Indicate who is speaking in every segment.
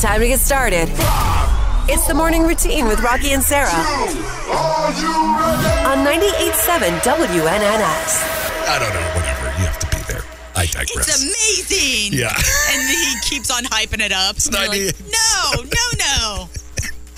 Speaker 1: Time to get started. It's the morning routine with Rocky and Sarah
Speaker 2: Are you ready?
Speaker 1: on 98.7 WNNS.
Speaker 2: I don't know. Whatever. You have to be there. I digress.
Speaker 3: It's amazing.
Speaker 2: Yeah.
Speaker 3: And he keeps on hyping it up. It's
Speaker 2: not me.
Speaker 3: no, no, no.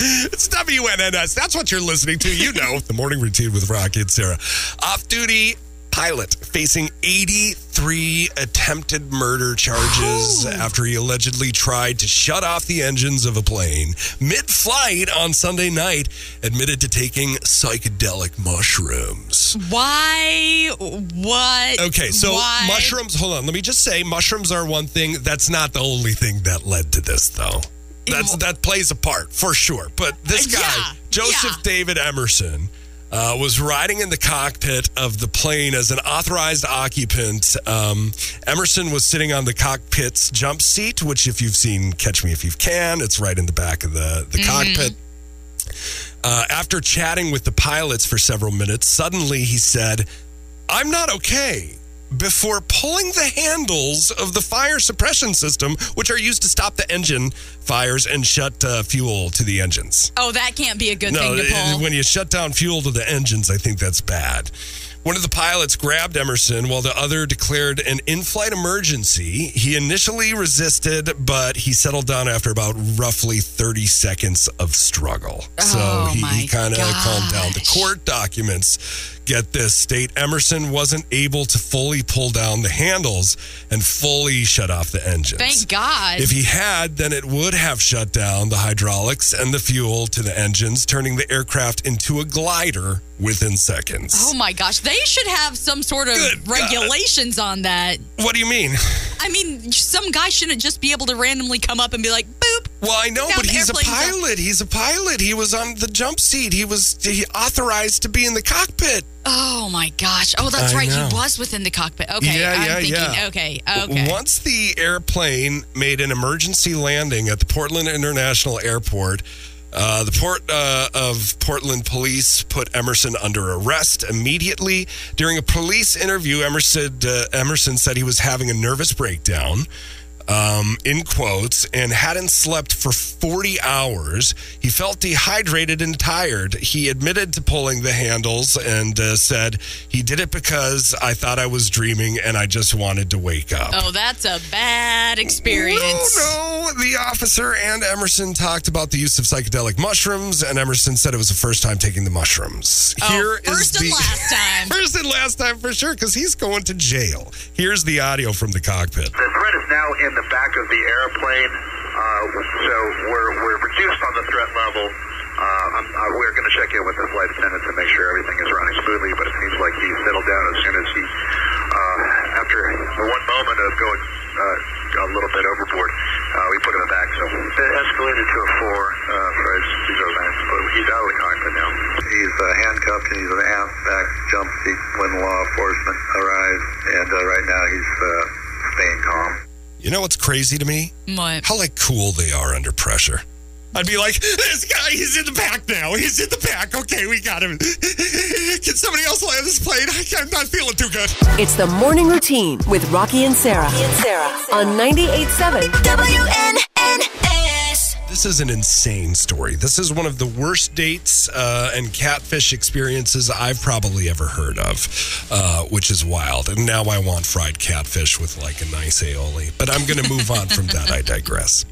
Speaker 2: It's WNNS. That's what you're listening to. You know, the morning routine with Rocky and Sarah. Off duty pilot facing 83 attempted murder charges after he allegedly tried to shut off the engines of a plane mid flight on Sunday night, admitted to taking psychedelic mushrooms.
Speaker 3: Why? What?
Speaker 2: Okay, so
Speaker 3: Why?
Speaker 2: mushrooms, hold on. Let me just say mushrooms are one thing. That's not the only thing that led to this, though. That's, that plays a part for sure. But this
Speaker 3: Uh,
Speaker 2: guy,
Speaker 3: yeah,
Speaker 2: Joseph
Speaker 3: yeah.
Speaker 2: David Emerson, uh, was riding in the cockpit of the plane as an authorized occupant. Um, Emerson was sitting on the cockpit's jump seat, which, if you've seen Catch Me If You Can, it's right in the back of the, the
Speaker 3: Mm-hmm.
Speaker 2: cockpit. Uh, after chatting with the pilots for several minutes, suddenly he said, I'm not okay. Before pulling the handles of the fire suppression system, which are used to stop the engine fires and shut uh, fuel to the engines.
Speaker 3: Oh, that can't be a good thing to
Speaker 2: it-
Speaker 3: pull.
Speaker 2: when you shut down fuel to the engines, I think that's bad. One of the pilots grabbed Emerson while the other declared an in flight emergency. He initially resisted, but he settled down after about roughly 30 seconds of struggle.
Speaker 3: Oh,
Speaker 2: so he,
Speaker 3: my
Speaker 2: he kind of calmed down. The
Speaker 3: gosh.
Speaker 2: court documents get this state Emerson wasn't able to fully pull down the handles and fully shut off the engines.
Speaker 3: Thank God.
Speaker 2: If he had, then it would have shut down the hydraulics and the fuel to the engines, turning the aircraft into a glider within seconds.
Speaker 3: oh my gosh, they should have some sort of
Speaker 2: Good God.
Speaker 3: regulations on that.
Speaker 2: What do you mean?
Speaker 3: I mean, some guy shouldn't just be able to randomly come up and be like, boop.
Speaker 2: Well, I know,
Speaker 3: Now
Speaker 2: but
Speaker 3: the
Speaker 2: he's a
Speaker 3: airplane's up.
Speaker 2: pilot. He's a pilot. He was on the jump seat. He was he authorized to be in the cockpit.
Speaker 3: Oh my gosh. Oh, that's
Speaker 2: I
Speaker 3: right.
Speaker 2: know.
Speaker 3: He was within the cockpit. Okay.
Speaker 2: Yeah,
Speaker 3: I'm
Speaker 2: yeah,
Speaker 3: thinking,
Speaker 2: yeah.
Speaker 3: okay, okay.
Speaker 2: Once the airplane made an emergency landing at the Portland International Airport, uh, the port uh, of Portland police put Emerson under arrest immediately. During a police interview, Emerson uh, Emerson said he was having a nervous breakdown. Um, in quotes, and hadn't slept for 40 hours. He felt dehydrated and tired. He admitted to pulling the handles and uh, said he did it because I thought I was dreaming and I just wanted to wake up.
Speaker 3: Oh, that's a bad experience.
Speaker 2: Oh, No, no. The officer and Emerson talked about the use of psychedelic mushrooms, and Emerson said it was the first time taking the mushrooms.
Speaker 3: Oh,
Speaker 2: Here is
Speaker 3: first and
Speaker 2: the-
Speaker 3: last time.
Speaker 2: First and last time for sure, because he's going to jail. Here's the audio from the cockpit.
Speaker 4: The threat is now in the back of the airplane, uh, so we're, we're reduced on the threat level. Uh, I'm, uh, we're going to check in with the flight attendant to make sure everything is running smoothly, but it seems like he settled down as soon as he, uh, after one moment of going uh, a little bit overboard, uh, we put him back. So it escalated to a four uh, for his to go back, but he's out of the cockpit now. He's uh, handcuffed and he's in the half back jump seat when law enforcement arrives, and uh, right now he's uh, staying calm.
Speaker 2: You know what's crazy to me?
Speaker 3: What?
Speaker 2: How like cool they are under pressure. I'd be like, this guy, he's in the back now. He's in the back. Okay, we got him. Can somebody else land this plane? I- I'm not feeling too good.
Speaker 1: It's the morning routine with Rocky and Sarah, on 98.7
Speaker 5: WNNS.
Speaker 2: This is an insane story. This is one of the worst dates uh, and catfish experiences I've probably ever heard of, uh, which is wild. And now I want fried catfish with like a nice aioli. But I'm going to move on from that. I digress.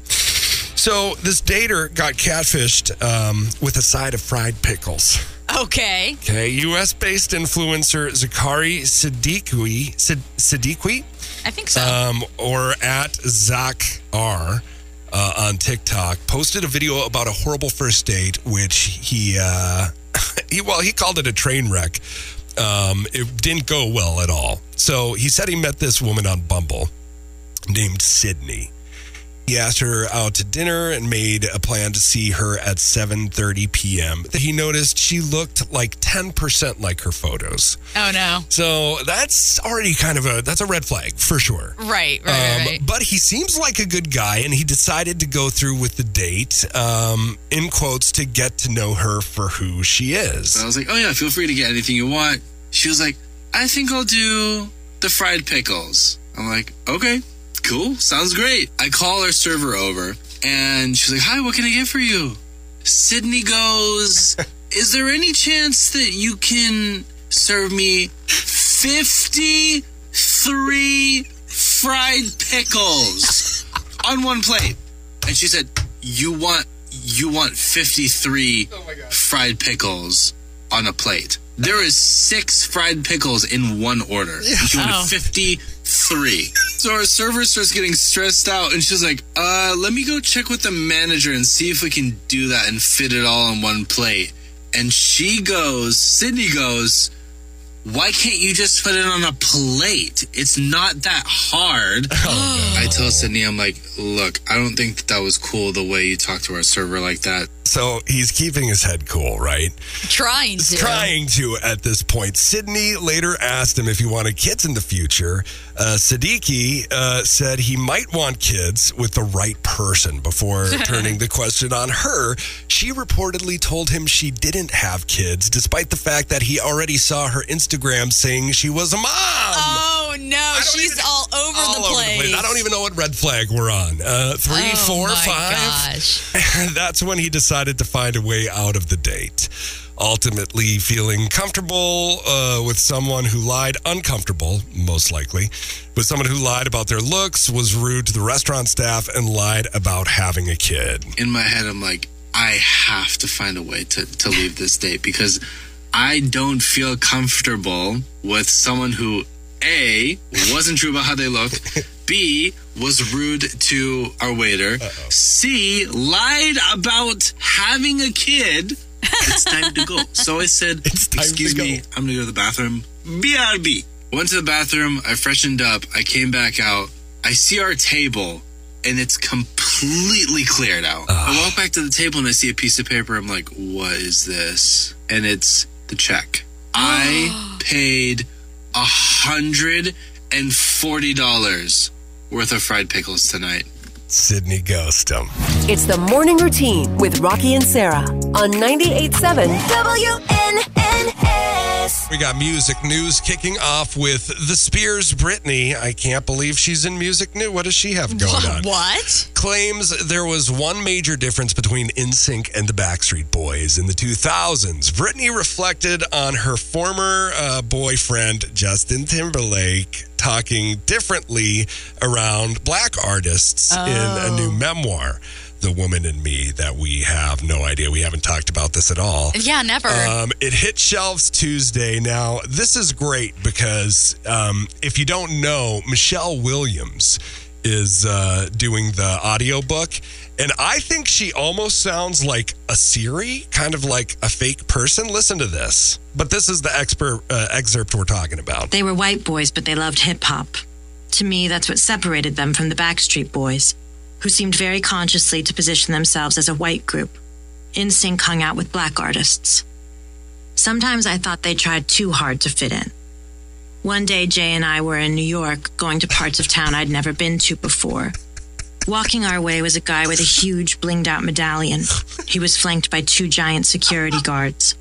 Speaker 2: So this dater got catfished um, with a side of fried pickles.
Speaker 3: Okay.
Speaker 2: Okay, U.S. based influencer Zakari Siddiqui, Sid- Siddiqui
Speaker 3: I think so.
Speaker 2: um, or at Zach R uh, on TikTok, posted a video about a horrible first date, which he, uh, he well, he called it a train wreck. Um, it didn't go well at all. So he said he met this woman on Bumble named Sydney. He asked her out to dinner and made a plan to see her at 7:30 p.m. He noticed she looked like 10% like her photos.
Speaker 3: oh no.
Speaker 2: So that's already kind of a that's a red flag for sure.
Speaker 3: Right, right, right,
Speaker 2: Um,
Speaker 3: right.
Speaker 2: But he seems like a good guy, and he decided to go through with the date, um, in quotes, to get to know her for who she
Speaker 6: I
Speaker 2: is.
Speaker 6: was like, oh yeah, feel free to get anything you want. She was like, I think I'll do the fried pickles. I'm like, okay, cool. Sounds great. I call our server over and she's like, hi, what can I get for you? Sydney goes, is there any chance that you can serve me 53 fried pickles on one plate? And she said, you want, you want 53 fried pickles on a plate. There is six fried pickles in one order. She wanted
Speaker 3: Oh.
Speaker 6: 53. So our server starts getting stressed out, and she's like, uh, let me go check with the manager and see if we can do that and fit it all on one plate. And she goes, Sydney goes, why can't you just put it on a plate? It's not that hard. I tell Sydney, I'm like, look, I don't think that, that was cool the way you talked to our server like that.
Speaker 2: So he's keeping his head cool, right?
Speaker 3: Trying to.
Speaker 2: Trying to at this point. Sydney later asked him if he wanted kids in the future. Uh, Siddiqui uh, said he might want kids with the right person before turning the question on her. She reportedly told him she didn't have kids, despite the fact that he already saw her Instagram saying she was a mom.
Speaker 3: Oh no,
Speaker 2: don't
Speaker 3: she's
Speaker 2: even-
Speaker 3: all over
Speaker 2: All
Speaker 3: the
Speaker 2: over
Speaker 3: place.
Speaker 2: I don't even know what red flag we're on. Uh, three,
Speaker 3: Oh,
Speaker 2: four,
Speaker 3: my
Speaker 2: five.
Speaker 3: Gosh.
Speaker 2: That's when he decided to find a way out of the date. Ultimately, feeling comfortable uh, with someone who lied, uncomfortable, most likely, with someone who lied about their looks, was rude to the restaurant staff, and lied about having a kid.
Speaker 6: in my head, I'm like, I have to find a way to, to leave this date because I don't feel comfortable with someone who A, wasn't true about how they look, B, was rude to our waiter, C, lied about having a kid. It's time to go. So I said,
Speaker 2: It's time to
Speaker 6: Excuse
Speaker 2: go.
Speaker 6: me, I'm gonna go to the bathroom. BRB. Went to the bathroom, I freshened up, I came back out, I see our table, and it's completely cleared out. I walk back to the table and I see a piece of paper. I'm like, what is this? And it's the check. I paid a hundred and forty dollars worth of fried pickles tonight.
Speaker 2: Sydney Ghostum.
Speaker 1: It's the morning routine with Rocky and Sarah on 98.7 WNNS.
Speaker 2: We got music news kicking off with the Spears Britney. I can't believe she's in music new. What does she have going on?
Speaker 3: What?
Speaker 2: claims there was one major difference between InSync and the Backstreet Boys in the 2000s. Britney reflected on her former uh, boyfriend, Justin Timberlake, talking differently around black artists in a new memoir, The Woman in Me, that we have no idea. We haven't talked about this at all.
Speaker 3: Yeah, never.
Speaker 2: Um, it hit shelves Tuesday. Now, this is great because um, if you don't know, Michelle Williams is uh, doing the audiobook. And I think she almost sounds like a Siri, kind of like a fake person. Listen to this. But this is the expert uh, excerpt we're talking about.
Speaker 5: They were white boys, but they loved hip hop. To me, that's what separated them from the Backstreet Boys, who seemed very consciously to position themselves as a white group. NSYNC hung out with black artists. Sometimes I thought they tried too hard to fit in. One day, Jay and I were in New York, going to parts of town I'd never been to before. Walking our way was a guy with a huge blinged out medallion. He was flanked by two giant security guards.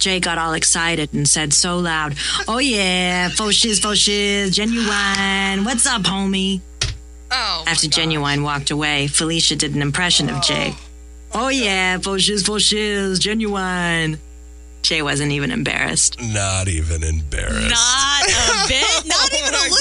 Speaker 5: Jay got all excited and said so loud, Oh yeah, faux shiz, faux shiz, genuine. What's up, homie?
Speaker 3: oh.
Speaker 5: After Genuine walked away, Felicia did an impression of Jay. Oh yeah, faux shiz, faux shiz, genuine. Jay wasn't even embarrassed.
Speaker 2: Not even embarrassed.
Speaker 3: Not a bit. Not even a little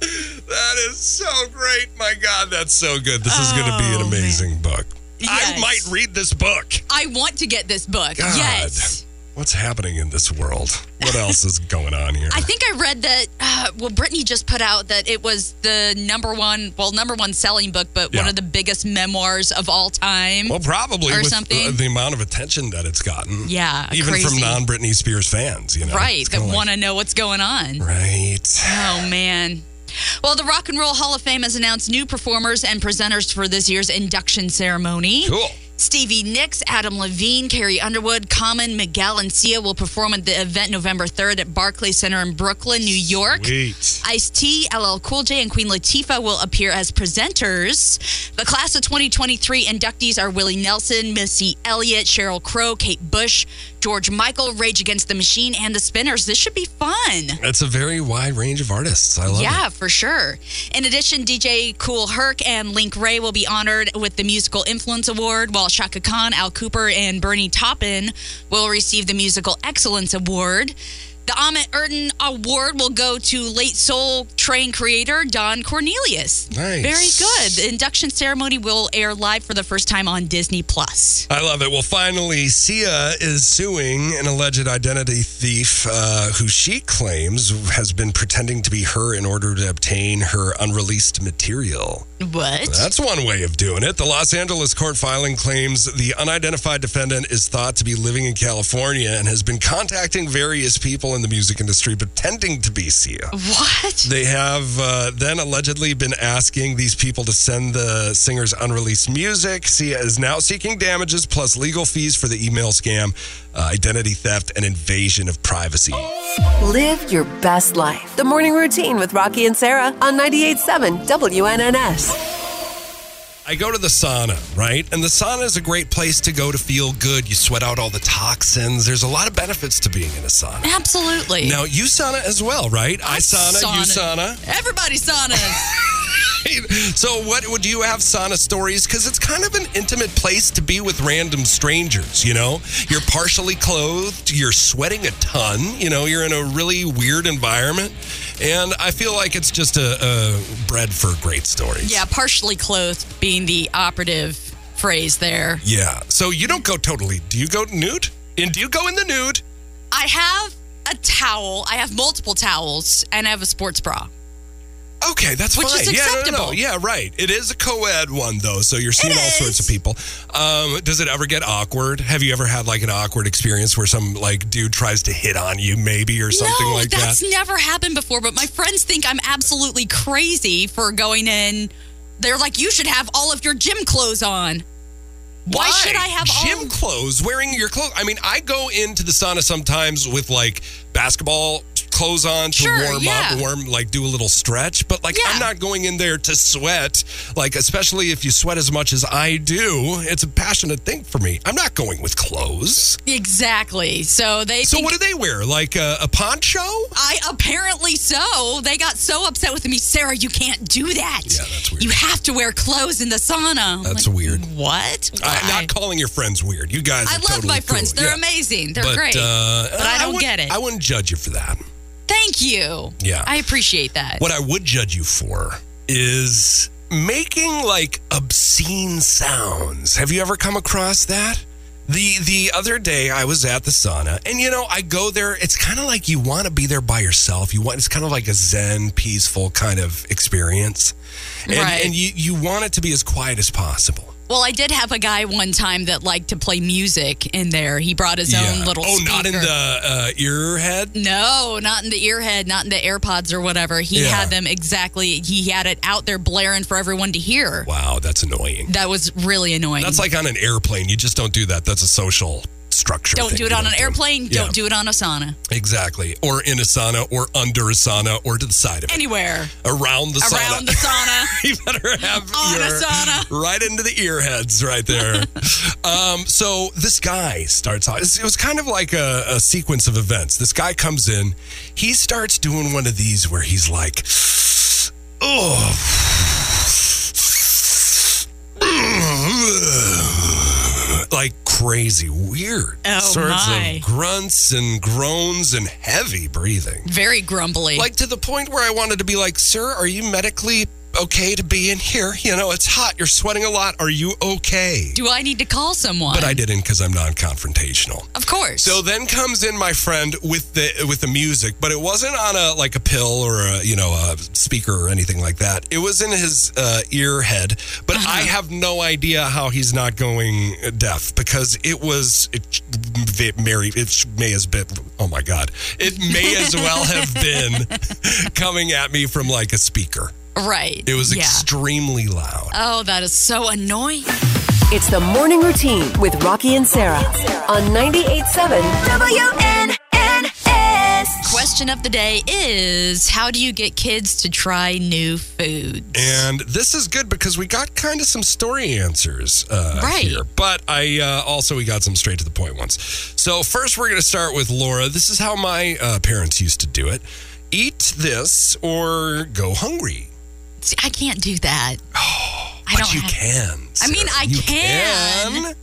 Speaker 3: bit.
Speaker 2: That is so great. My God, that's so good. This is going to be an amazing book. I
Speaker 3: Oh, Yes.
Speaker 2: might read this book.
Speaker 3: I want to get this book.
Speaker 2: God.
Speaker 3: Yes.
Speaker 2: What's happening in this world? What else is going on here?
Speaker 3: I think I read that. Uh, well, Brittany just put out that it was the number one, well, number one selling book, but one
Speaker 2: Yeah. Oh,
Speaker 3: of the biggest memoirs of all time.
Speaker 2: well, probably
Speaker 3: Or
Speaker 2: with uh,
Speaker 3: something.
Speaker 2: The, the amount of attention that it's gotten.
Speaker 3: Yeah,
Speaker 2: Even from
Speaker 3: crazy.
Speaker 2: non Britney Spears fans, you know.
Speaker 3: right.
Speaker 2: It's
Speaker 3: That
Speaker 2: kinda like-
Speaker 3: want to know what's going on.
Speaker 2: Right.
Speaker 3: Oh, man. Well, the Rock and Roll Hall of Fame has announced new performers and presenters for this year's induction ceremony.
Speaker 2: Cool.
Speaker 3: Stevie Nicks, Adam Levine, Carrie Underwood, Common, Miguel, and Sia will perform at the event November 3rd at Barclays Center in Brooklyn, New York.
Speaker 2: Sweet.
Speaker 3: Ice T, LL Cool J, and Queen Latifah will appear as presenters. The class of 2023 inductees are Willie Nelson, Missy Elliott, Cheryl Crow, Kate Bush, George Michael, Rage Against the Machine, and the Spinners. This should be fun.
Speaker 2: It's a very wide range of artists. I love it.
Speaker 3: Yeah, for sure. In addition, DJ Cool Herc and Link Ray will be honored with the Musical Influence Award, while Shaka Khan, Al Cooper, and Bernie Taupin will receive the Musical Excellence Award. The Ahmet Erden Award will go to late Soul Train creator Don Cornelius.
Speaker 2: Nice.
Speaker 3: Very good. The induction ceremony will air live for the first time on Disney Plus.
Speaker 2: I love it. Well, finally, Sia is suing an alleged identity thief uh, who she claims has been pretending to be her in order to obtain her unreleased material.
Speaker 3: What?
Speaker 2: That's one way of doing it. The Los Angeles court filing claims the unidentified defendant is thought to be living in California and has been contacting various people in the music industry pretending to be Sia.
Speaker 3: what?
Speaker 2: They have uh, then allegedly been asking these people to send the singer's unreleased music. Sia is now seeking damages plus legal fees for the email scam, uh, identity theft, and invasion of privacy.
Speaker 1: Live your best life. The morning routine with Rocky and Sarah on 98.7 WNNS.
Speaker 2: I go to the sauna, right? And the sauna is a great place to go to feel good. You sweat out all the toxins. There's a lot of benefits to being in a sauna.
Speaker 3: Absolutely.
Speaker 2: Now, you sauna as well, right? I sauna, you sauna.
Speaker 3: Everybody saunas.
Speaker 2: So, what would you have sauna stories? Because it's kind of an intimate place to be with random strangers, you know? You're partially clothed, you're sweating a ton, you know, you're in a really weird environment. And I feel like it's just a, a bread for great stories.
Speaker 3: Yeah, partially clothed being the operative phrase there.
Speaker 2: Yeah. So, you don't go totally. Do you go nude? And do you go in the nude?
Speaker 3: I have a towel. I have multiple towels, and I have a sports bra.
Speaker 2: Okay, that's
Speaker 3: Which
Speaker 2: fine. Yeah,
Speaker 3: is
Speaker 2: no, no, no.
Speaker 3: acceptable.
Speaker 2: yeah, right. It is a co-ed one though, so you're seeing all sorts of people. Um, does it ever get awkward? Have you ever had like an awkward experience where some like dude tries to hit on you, maybe, or something
Speaker 3: no,
Speaker 2: like
Speaker 3: that's
Speaker 2: that?
Speaker 3: never happened before. But my friends think I'm absolutely crazy for going in. They're like, you should have all of your gym clothes on. Why, should I have
Speaker 2: gym
Speaker 3: all?
Speaker 2: clothes? Wearing your clothes? I mean, I go into the sauna sometimes with like basketball clothes on to
Speaker 3: Sure,
Speaker 2: warm
Speaker 3: yeah.
Speaker 2: up, warm like do a little stretch. But like,
Speaker 3: Yeah.
Speaker 2: I'm not going in there to sweat. Like, especially if you sweat as much as I do, it's a passionate thing for me. I'm not going with clothes.
Speaker 3: Exactly. So they.
Speaker 2: So
Speaker 3: think
Speaker 2: what do they wear? Like uh, a poncho?
Speaker 3: I apparently so. They got so upset with me, Sarah. You can't do that.
Speaker 2: Yeah, that's weird.
Speaker 3: You have to wear clothes in the sauna. I'm
Speaker 2: That's
Speaker 3: like,
Speaker 2: weird.
Speaker 3: What?
Speaker 2: I'm
Speaker 3: Why?
Speaker 2: not calling your friends weird. You guys,
Speaker 3: I
Speaker 2: are
Speaker 3: love
Speaker 2: totally
Speaker 3: my friends.
Speaker 2: cool.
Speaker 3: They're
Speaker 2: Yeah.
Speaker 3: amazing. They're
Speaker 2: but,
Speaker 3: great.
Speaker 2: uh,
Speaker 3: But I don't
Speaker 2: wouldn't-
Speaker 3: get it.
Speaker 2: I wouldn't judge you for that.
Speaker 3: Thank you.
Speaker 2: Yeah.
Speaker 3: I appreciate that.
Speaker 2: What I would judge you for is making like obscene sounds. Have you ever come across that? The the other day I was at the sauna and you know I go there it's kind of like you want to be there by yourself. You want it's kind of like a zen peaceful kind of experience. And
Speaker 3: Right.
Speaker 2: and you you want it to be as quiet as possible.
Speaker 3: Well, I did have a guy one time that liked to play music in there. He brought his own little
Speaker 2: Oh, not in
Speaker 3: speaker.
Speaker 2: the uh, ear head.
Speaker 3: No, not in the earhead, not in the AirPods or whatever. He
Speaker 2: Yeah.
Speaker 3: had them exactly. He had it out there blaring for everyone to hear.
Speaker 2: Wow, that's annoying.
Speaker 3: That was really annoying.
Speaker 2: That's like on an airplane. You just don't do that. That's a social structure.
Speaker 3: don't
Speaker 2: thing.
Speaker 3: do it
Speaker 2: You
Speaker 3: on an airplane.
Speaker 2: Yeah.
Speaker 3: Don't do it on a sauna.
Speaker 2: Exactly. Or in a sauna, or under a sauna, or to the side of it.
Speaker 3: Anywhere
Speaker 2: Around the sauna.
Speaker 3: around the sauna.
Speaker 2: you better have
Speaker 3: On a
Speaker 2: your-
Speaker 3: sauna.
Speaker 2: right into the ear heads right there. um, so this guy starts out. It was kind of like a, a sequence of events. This guy comes in. He starts doing one of these where he's like, oh. Like crazy, weird
Speaker 3: Oh,
Speaker 2: sorts
Speaker 3: my.
Speaker 2: of grunts and groans and heavy breathing
Speaker 3: Very grumbly.
Speaker 2: like to the point where I wanted to be like, "Sir, are you medically okay to be in here? You know, it's hot. You're sweating a lot. Are you okay?"
Speaker 3: do I need to call someone?
Speaker 2: But I didn't because I'm non-confrontational.
Speaker 3: of course.
Speaker 2: So then comes in my friend with the with the music, but it wasn't on a like a pill or a you know a speaker or anything like that. It was in his uh, ear head, but I have no idea how he's not going deaf because it was it, Mary. It may as been oh my god, it may as well have been coming at me from like a speaker.
Speaker 3: right.
Speaker 2: It was
Speaker 3: yeah.
Speaker 2: extremely loud.
Speaker 3: Oh, that is so annoying.
Speaker 1: It's the morning routine with Rocky and Sarah on 98.7 WNNS.
Speaker 3: question of the day is How do you get kids to try new foods?
Speaker 2: And this is good because we got kind of some story answers uh,
Speaker 3: Right.
Speaker 2: here. But I uh, also we got some straight to the point ones. So first, we're going to start with Laura. This is how my uh, parents used to do it: eat this or go hungry.
Speaker 3: See, I can't do that. I
Speaker 2: but
Speaker 3: don't
Speaker 2: you
Speaker 3: have-
Speaker 2: can.
Speaker 3: I mean,
Speaker 2: Sarah.
Speaker 3: I
Speaker 2: You
Speaker 3: can.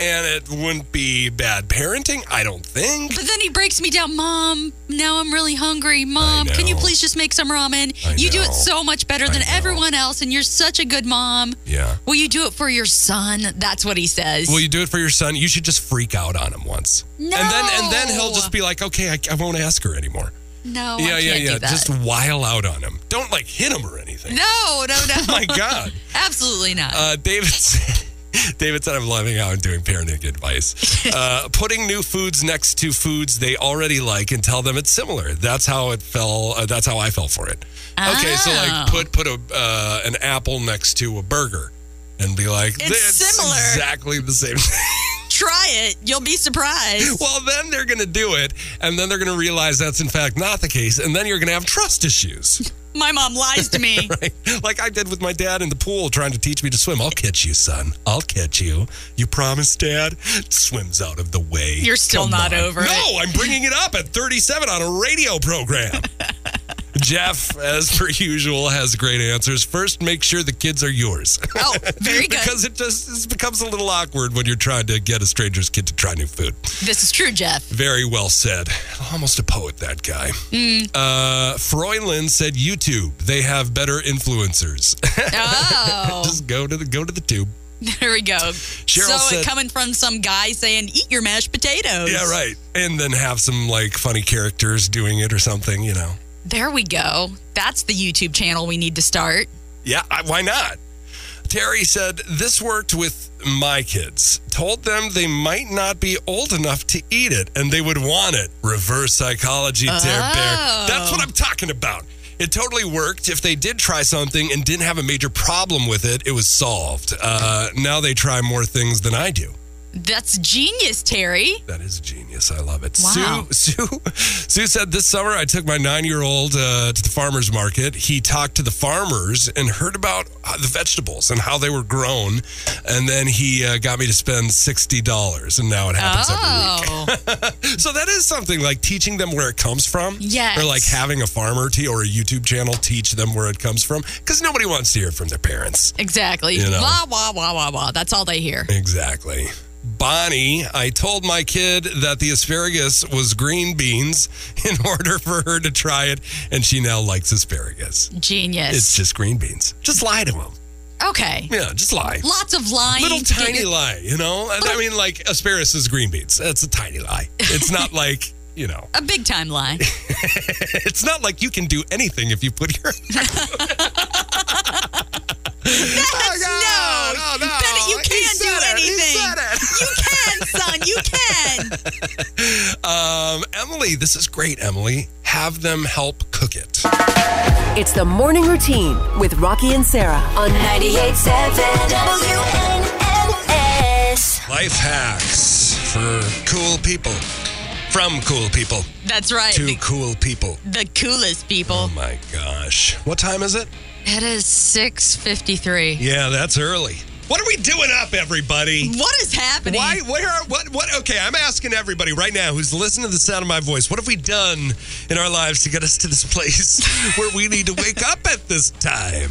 Speaker 2: And it wouldn't be bad parenting, I don't think.
Speaker 3: But then he breaks me down, Mom, now I'm really hungry. Mom, can you
Speaker 2: know.
Speaker 3: please just make some ramen?
Speaker 2: I
Speaker 3: you do it
Speaker 2: know.
Speaker 3: so much better than
Speaker 2: know.
Speaker 3: everyone else, and you're such a good mom.
Speaker 2: Yeah.
Speaker 3: Will you do it for your son? That's what he says.
Speaker 2: Will you do it for your son? You should just freak out on him once. And then and then he'll
Speaker 3: No.
Speaker 2: just be like, okay, I, I won't ask her anymore.
Speaker 3: no,
Speaker 2: yeah,
Speaker 3: Oh, I can't
Speaker 2: yeah, yeah.
Speaker 3: do that.
Speaker 2: Just while out on him. Don't like hit him or anything.
Speaker 3: no, no, no.
Speaker 2: My God.
Speaker 3: Absolutely not.
Speaker 2: Uh, David said, David said, I'm loving how I'm doing parenting advice. Uh, putting new foods next to foods they already like and tell them it's similar. That's how it fell. Uh, that's how I fell for it. Okay, so like
Speaker 3: Oh.
Speaker 2: put put a uh, an apple next to a burger and be like,
Speaker 3: It's
Speaker 2: "That's
Speaker 3: similar."
Speaker 2: exactly the same.
Speaker 3: Try it. You'll be surprised.
Speaker 2: well, then they're gonna do it, and then they're gonna realize that's in fact not the case, and then you're gonna have trust issues.
Speaker 3: My mom lies to me.
Speaker 2: Right? Like I did with my dad in the pool trying to teach me to swim. I'll catch you, son. I'll catch you. You promise, dad? Swims out of the way.
Speaker 3: You're still
Speaker 2: Come
Speaker 3: not
Speaker 2: on.
Speaker 3: over it.
Speaker 2: No, I'm bringing it up at 37 on a radio program. Jeff, as per usual, has great answers. First, make sure the kids are yours.
Speaker 3: Oh, very good.
Speaker 2: because it just it becomes a little awkward when you're trying to get a stranger's kid to try new food.
Speaker 3: this is true, Jeff.
Speaker 2: Very well said. Almost a poet, that guy. Uh, Froyland said YouTube. They have better influencers.
Speaker 3: Oh,
Speaker 2: Just go to the go to the tube.
Speaker 3: there we go. so
Speaker 2: said-
Speaker 3: it coming from some guy saying, "Eat your mashed potatoes."
Speaker 2: Yeah, right. And then have some like funny characters doing it or something. You know.
Speaker 3: There we go. That's the YouTube channel we need to start.
Speaker 2: Yeah, I, why not? Terry said this worked with my kids. Told them they might not be old enough to eat it and they would want it. Reverse psychology, Dare Bear. That's what I'm talking about. It totally worked. If they did try something and didn't have a major problem with it, it was solved. Uh, now they try more things than I do.
Speaker 3: That's genius, Terry.
Speaker 2: That is genius. I love it.
Speaker 3: Wow.
Speaker 2: Sue, Sue, Sue said this summer I took my nine-year-old uh, to the farmers market. He talked to the farmers and heard about uh, the vegetables and how they were grown, and then he uh, got me to spend sixty dollars, and now it happens every
Speaker 3: Oh,
Speaker 2: week. So that is something like teaching them where it comes from.
Speaker 3: Yes.
Speaker 2: Or like having a farmer t- or a YouTube channel teach them where it comes from, because nobody wants to hear from their parents.
Speaker 3: exactly.
Speaker 2: You know.
Speaker 3: Wah wah wah wah wah. That's all they hear.
Speaker 2: Exactly. Bonnie, I told my kid that the asparagus was green beans in order for her to try it, and she now likes asparagus.
Speaker 3: Genius.
Speaker 2: It's just green beans. Just lie to him.
Speaker 3: okay.
Speaker 2: Yeah, just lie.
Speaker 3: Lots of lying.
Speaker 2: Little
Speaker 3: to get
Speaker 2: tiny
Speaker 3: your-
Speaker 2: lie, you know? And I mean, like, asparagus is green beans. That's a tiny lie. It's not like, you know,
Speaker 3: a big time lie.
Speaker 2: it's not like you can do anything if you put your.
Speaker 3: That's
Speaker 2: God.
Speaker 3: no.
Speaker 2: Oh, no.
Speaker 3: Bennett, you
Speaker 2: He
Speaker 3: can't do
Speaker 2: said it. He
Speaker 3: anything.
Speaker 2: said it.
Speaker 3: You can, son. You can.
Speaker 2: Um, Emily, this is great, Emily. Have them help cook it.
Speaker 1: It's the morning routine with Rocky and Sarah on 98.7 WNNS.
Speaker 2: Life hacks for cool people. From cool people
Speaker 3: That's right.
Speaker 2: to cool people.
Speaker 3: The coolest people.
Speaker 2: Oh my gosh. What time is it?
Speaker 3: It is 6:53.
Speaker 2: Yeah, that's early. What are we doing up, everybody?
Speaker 3: What is happening?
Speaker 2: Why? Where are what? What? Okay, I'm asking everybody right now who's listening to the sound of my voice. What have we done in our lives to get us to this place where we need to wake up at this time?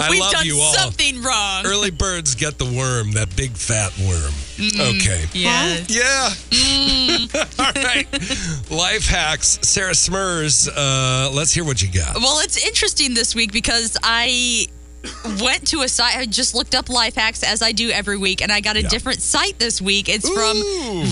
Speaker 2: I
Speaker 3: We've
Speaker 2: love
Speaker 3: done
Speaker 2: you all.
Speaker 3: something wrong.
Speaker 2: Early birds get the worm, that big fat worm.
Speaker 3: Mm,
Speaker 2: Okay.
Speaker 3: Yes.
Speaker 2: Yeah.
Speaker 3: Mm.
Speaker 2: All right. Life hacks. Sarah Smurs, uh, let's hear what you got.
Speaker 3: Well, it's interesting this week because I went to a site. I just looked up life hacks as I do every week, and I got a
Speaker 2: Yeah.
Speaker 3: different site this week. It's from
Speaker 2: Ooh.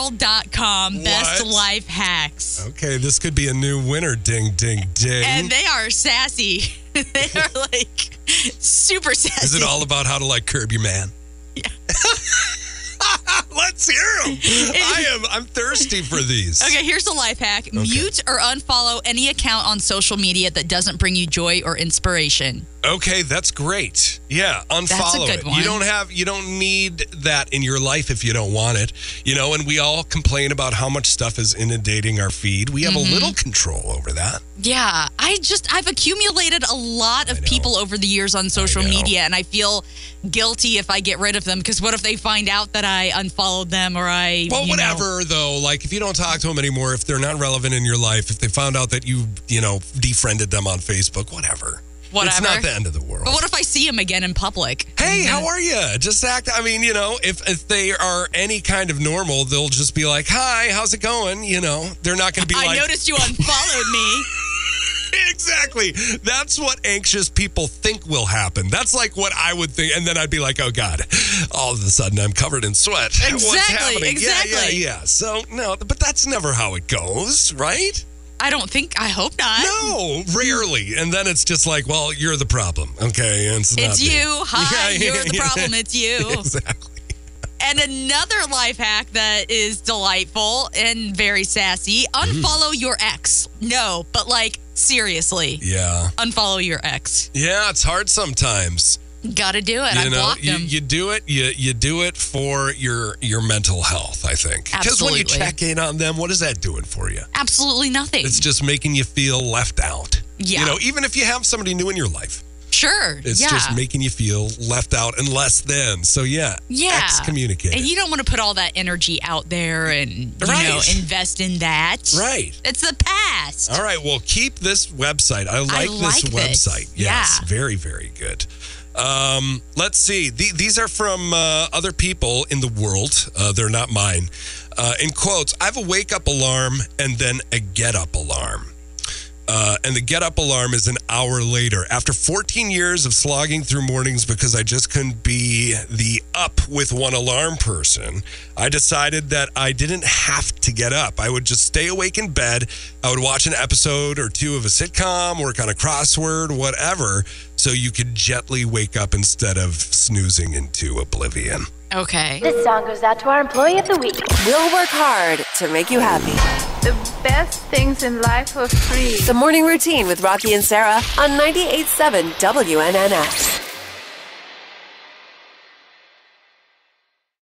Speaker 3: theeverygirl.com. Best
Speaker 2: What?
Speaker 3: life hacks.
Speaker 2: Okay, this could be a new winner. Ding, ding, ding.
Speaker 3: and they are sassy. they are like super sassy.
Speaker 2: Is it all about how to like curb your man? Let's zero. I am. I'm thirsty for these.
Speaker 3: Okay, here's a life hack. Mute or unfollow any account on social media that doesn't bring you joy or inspiration.
Speaker 2: Okay, that's great. Yeah, unfollow
Speaker 3: good
Speaker 2: it. You
Speaker 3: one.
Speaker 2: don't have you don't need that in your life if you don't want it. You know, and we all complain about how much stuff is inundating our feed. We have
Speaker 3: Mm-hmm.
Speaker 2: a little control over that.
Speaker 3: Yeah, I just I've accumulated a lot of people over the years on social
Speaker 2: know.
Speaker 3: media and I feel guilty if I get rid of them because what if they find out that I unfollowed them or I
Speaker 2: Well,
Speaker 3: you know-
Speaker 2: whatever though, like if you don't talk to them anymore, if they're not relevant in your life, if they found out that you, you know, defriended them on Facebook, whatever. It's
Speaker 3: Whatever.
Speaker 2: not the end of the world.
Speaker 3: But what if I see him again in public?
Speaker 2: Hey, how are you? Just act. I mean, you know, if if they are any kind of normal, they'll just be like, "Hi, how's it going?" You know, they're not going to be
Speaker 3: I
Speaker 2: like,
Speaker 3: noticed you unfollowed me.
Speaker 2: "Exactly." That's what anxious people think will happen. That's like what I would think, and then I'd be like, "Oh God!" All of a sudden, I'm covered in sweat.
Speaker 3: Exactly,
Speaker 2: What's happening? Yeah,
Speaker 3: exactly.
Speaker 2: yeah, yeah. So no, but that's never how it goes, right?
Speaker 3: I don't think I hope not.
Speaker 2: No, rarely. And then it's just like, "Well, you're the problem." Okay, and it's, not
Speaker 3: It's
Speaker 2: me.
Speaker 3: you. Hi,
Speaker 2: Yeah, yeah,
Speaker 3: you're the
Speaker 2: yeah.
Speaker 3: problem. It's you.
Speaker 2: Exactly.
Speaker 3: And another life hack that is delightful and very sassy
Speaker 2: Mm-hmm.
Speaker 3: unfollow your ex. No, but like seriously,
Speaker 2: Yeah.
Speaker 3: unfollow your ex.
Speaker 2: Yeah, it's hard sometimes.
Speaker 3: Gotta do it. I
Speaker 2: you know,
Speaker 3: blocked
Speaker 2: you,
Speaker 3: him.
Speaker 2: you do it. You you do it for your your mental health. I think because when you
Speaker 3: Absolutely.
Speaker 2: check in on them, what is that doing for you?
Speaker 3: Absolutely nothing.
Speaker 2: It's just making you feel left out.
Speaker 3: Yeah.
Speaker 2: You know, even if you have somebody new in your life,
Speaker 3: sure.
Speaker 2: it's
Speaker 3: yeah.
Speaker 2: just making you feel left out and less than. So yeah,
Speaker 3: yeah.
Speaker 2: excommunicate.
Speaker 3: And you don't want to put all that energy out there and you know
Speaker 2: Right.
Speaker 3: invest in that.
Speaker 2: right.
Speaker 3: It's the past.
Speaker 2: All right. Well, keep this website. I like,
Speaker 3: like
Speaker 2: this
Speaker 3: this.
Speaker 2: website. Yes.
Speaker 3: Yeah.
Speaker 2: Very, very good. Um, let's see. The, these are from uh, other people in the world. Uh, they're not mine. Uh, in quotes, I have a wake up alarm and then a get up alarm. Uh, and the get up alarm is an hour later. After 14 years of slogging through mornings because I just couldn't be the up with one alarm person, I decided that I didn't have to get up. I would just stay awake in bed. I would watch an episode or two of a sitcom, work on a crossword, whatever, so you could gently wake up instead of snoozing into oblivion.
Speaker 3: Okay.
Speaker 7: This song goes out to our employee of the week.
Speaker 1: We'll work hard to make you happy.
Speaker 8: The best things in life are free.
Speaker 1: The morning routine with Rocky and Sarah on 98.7 WNNX.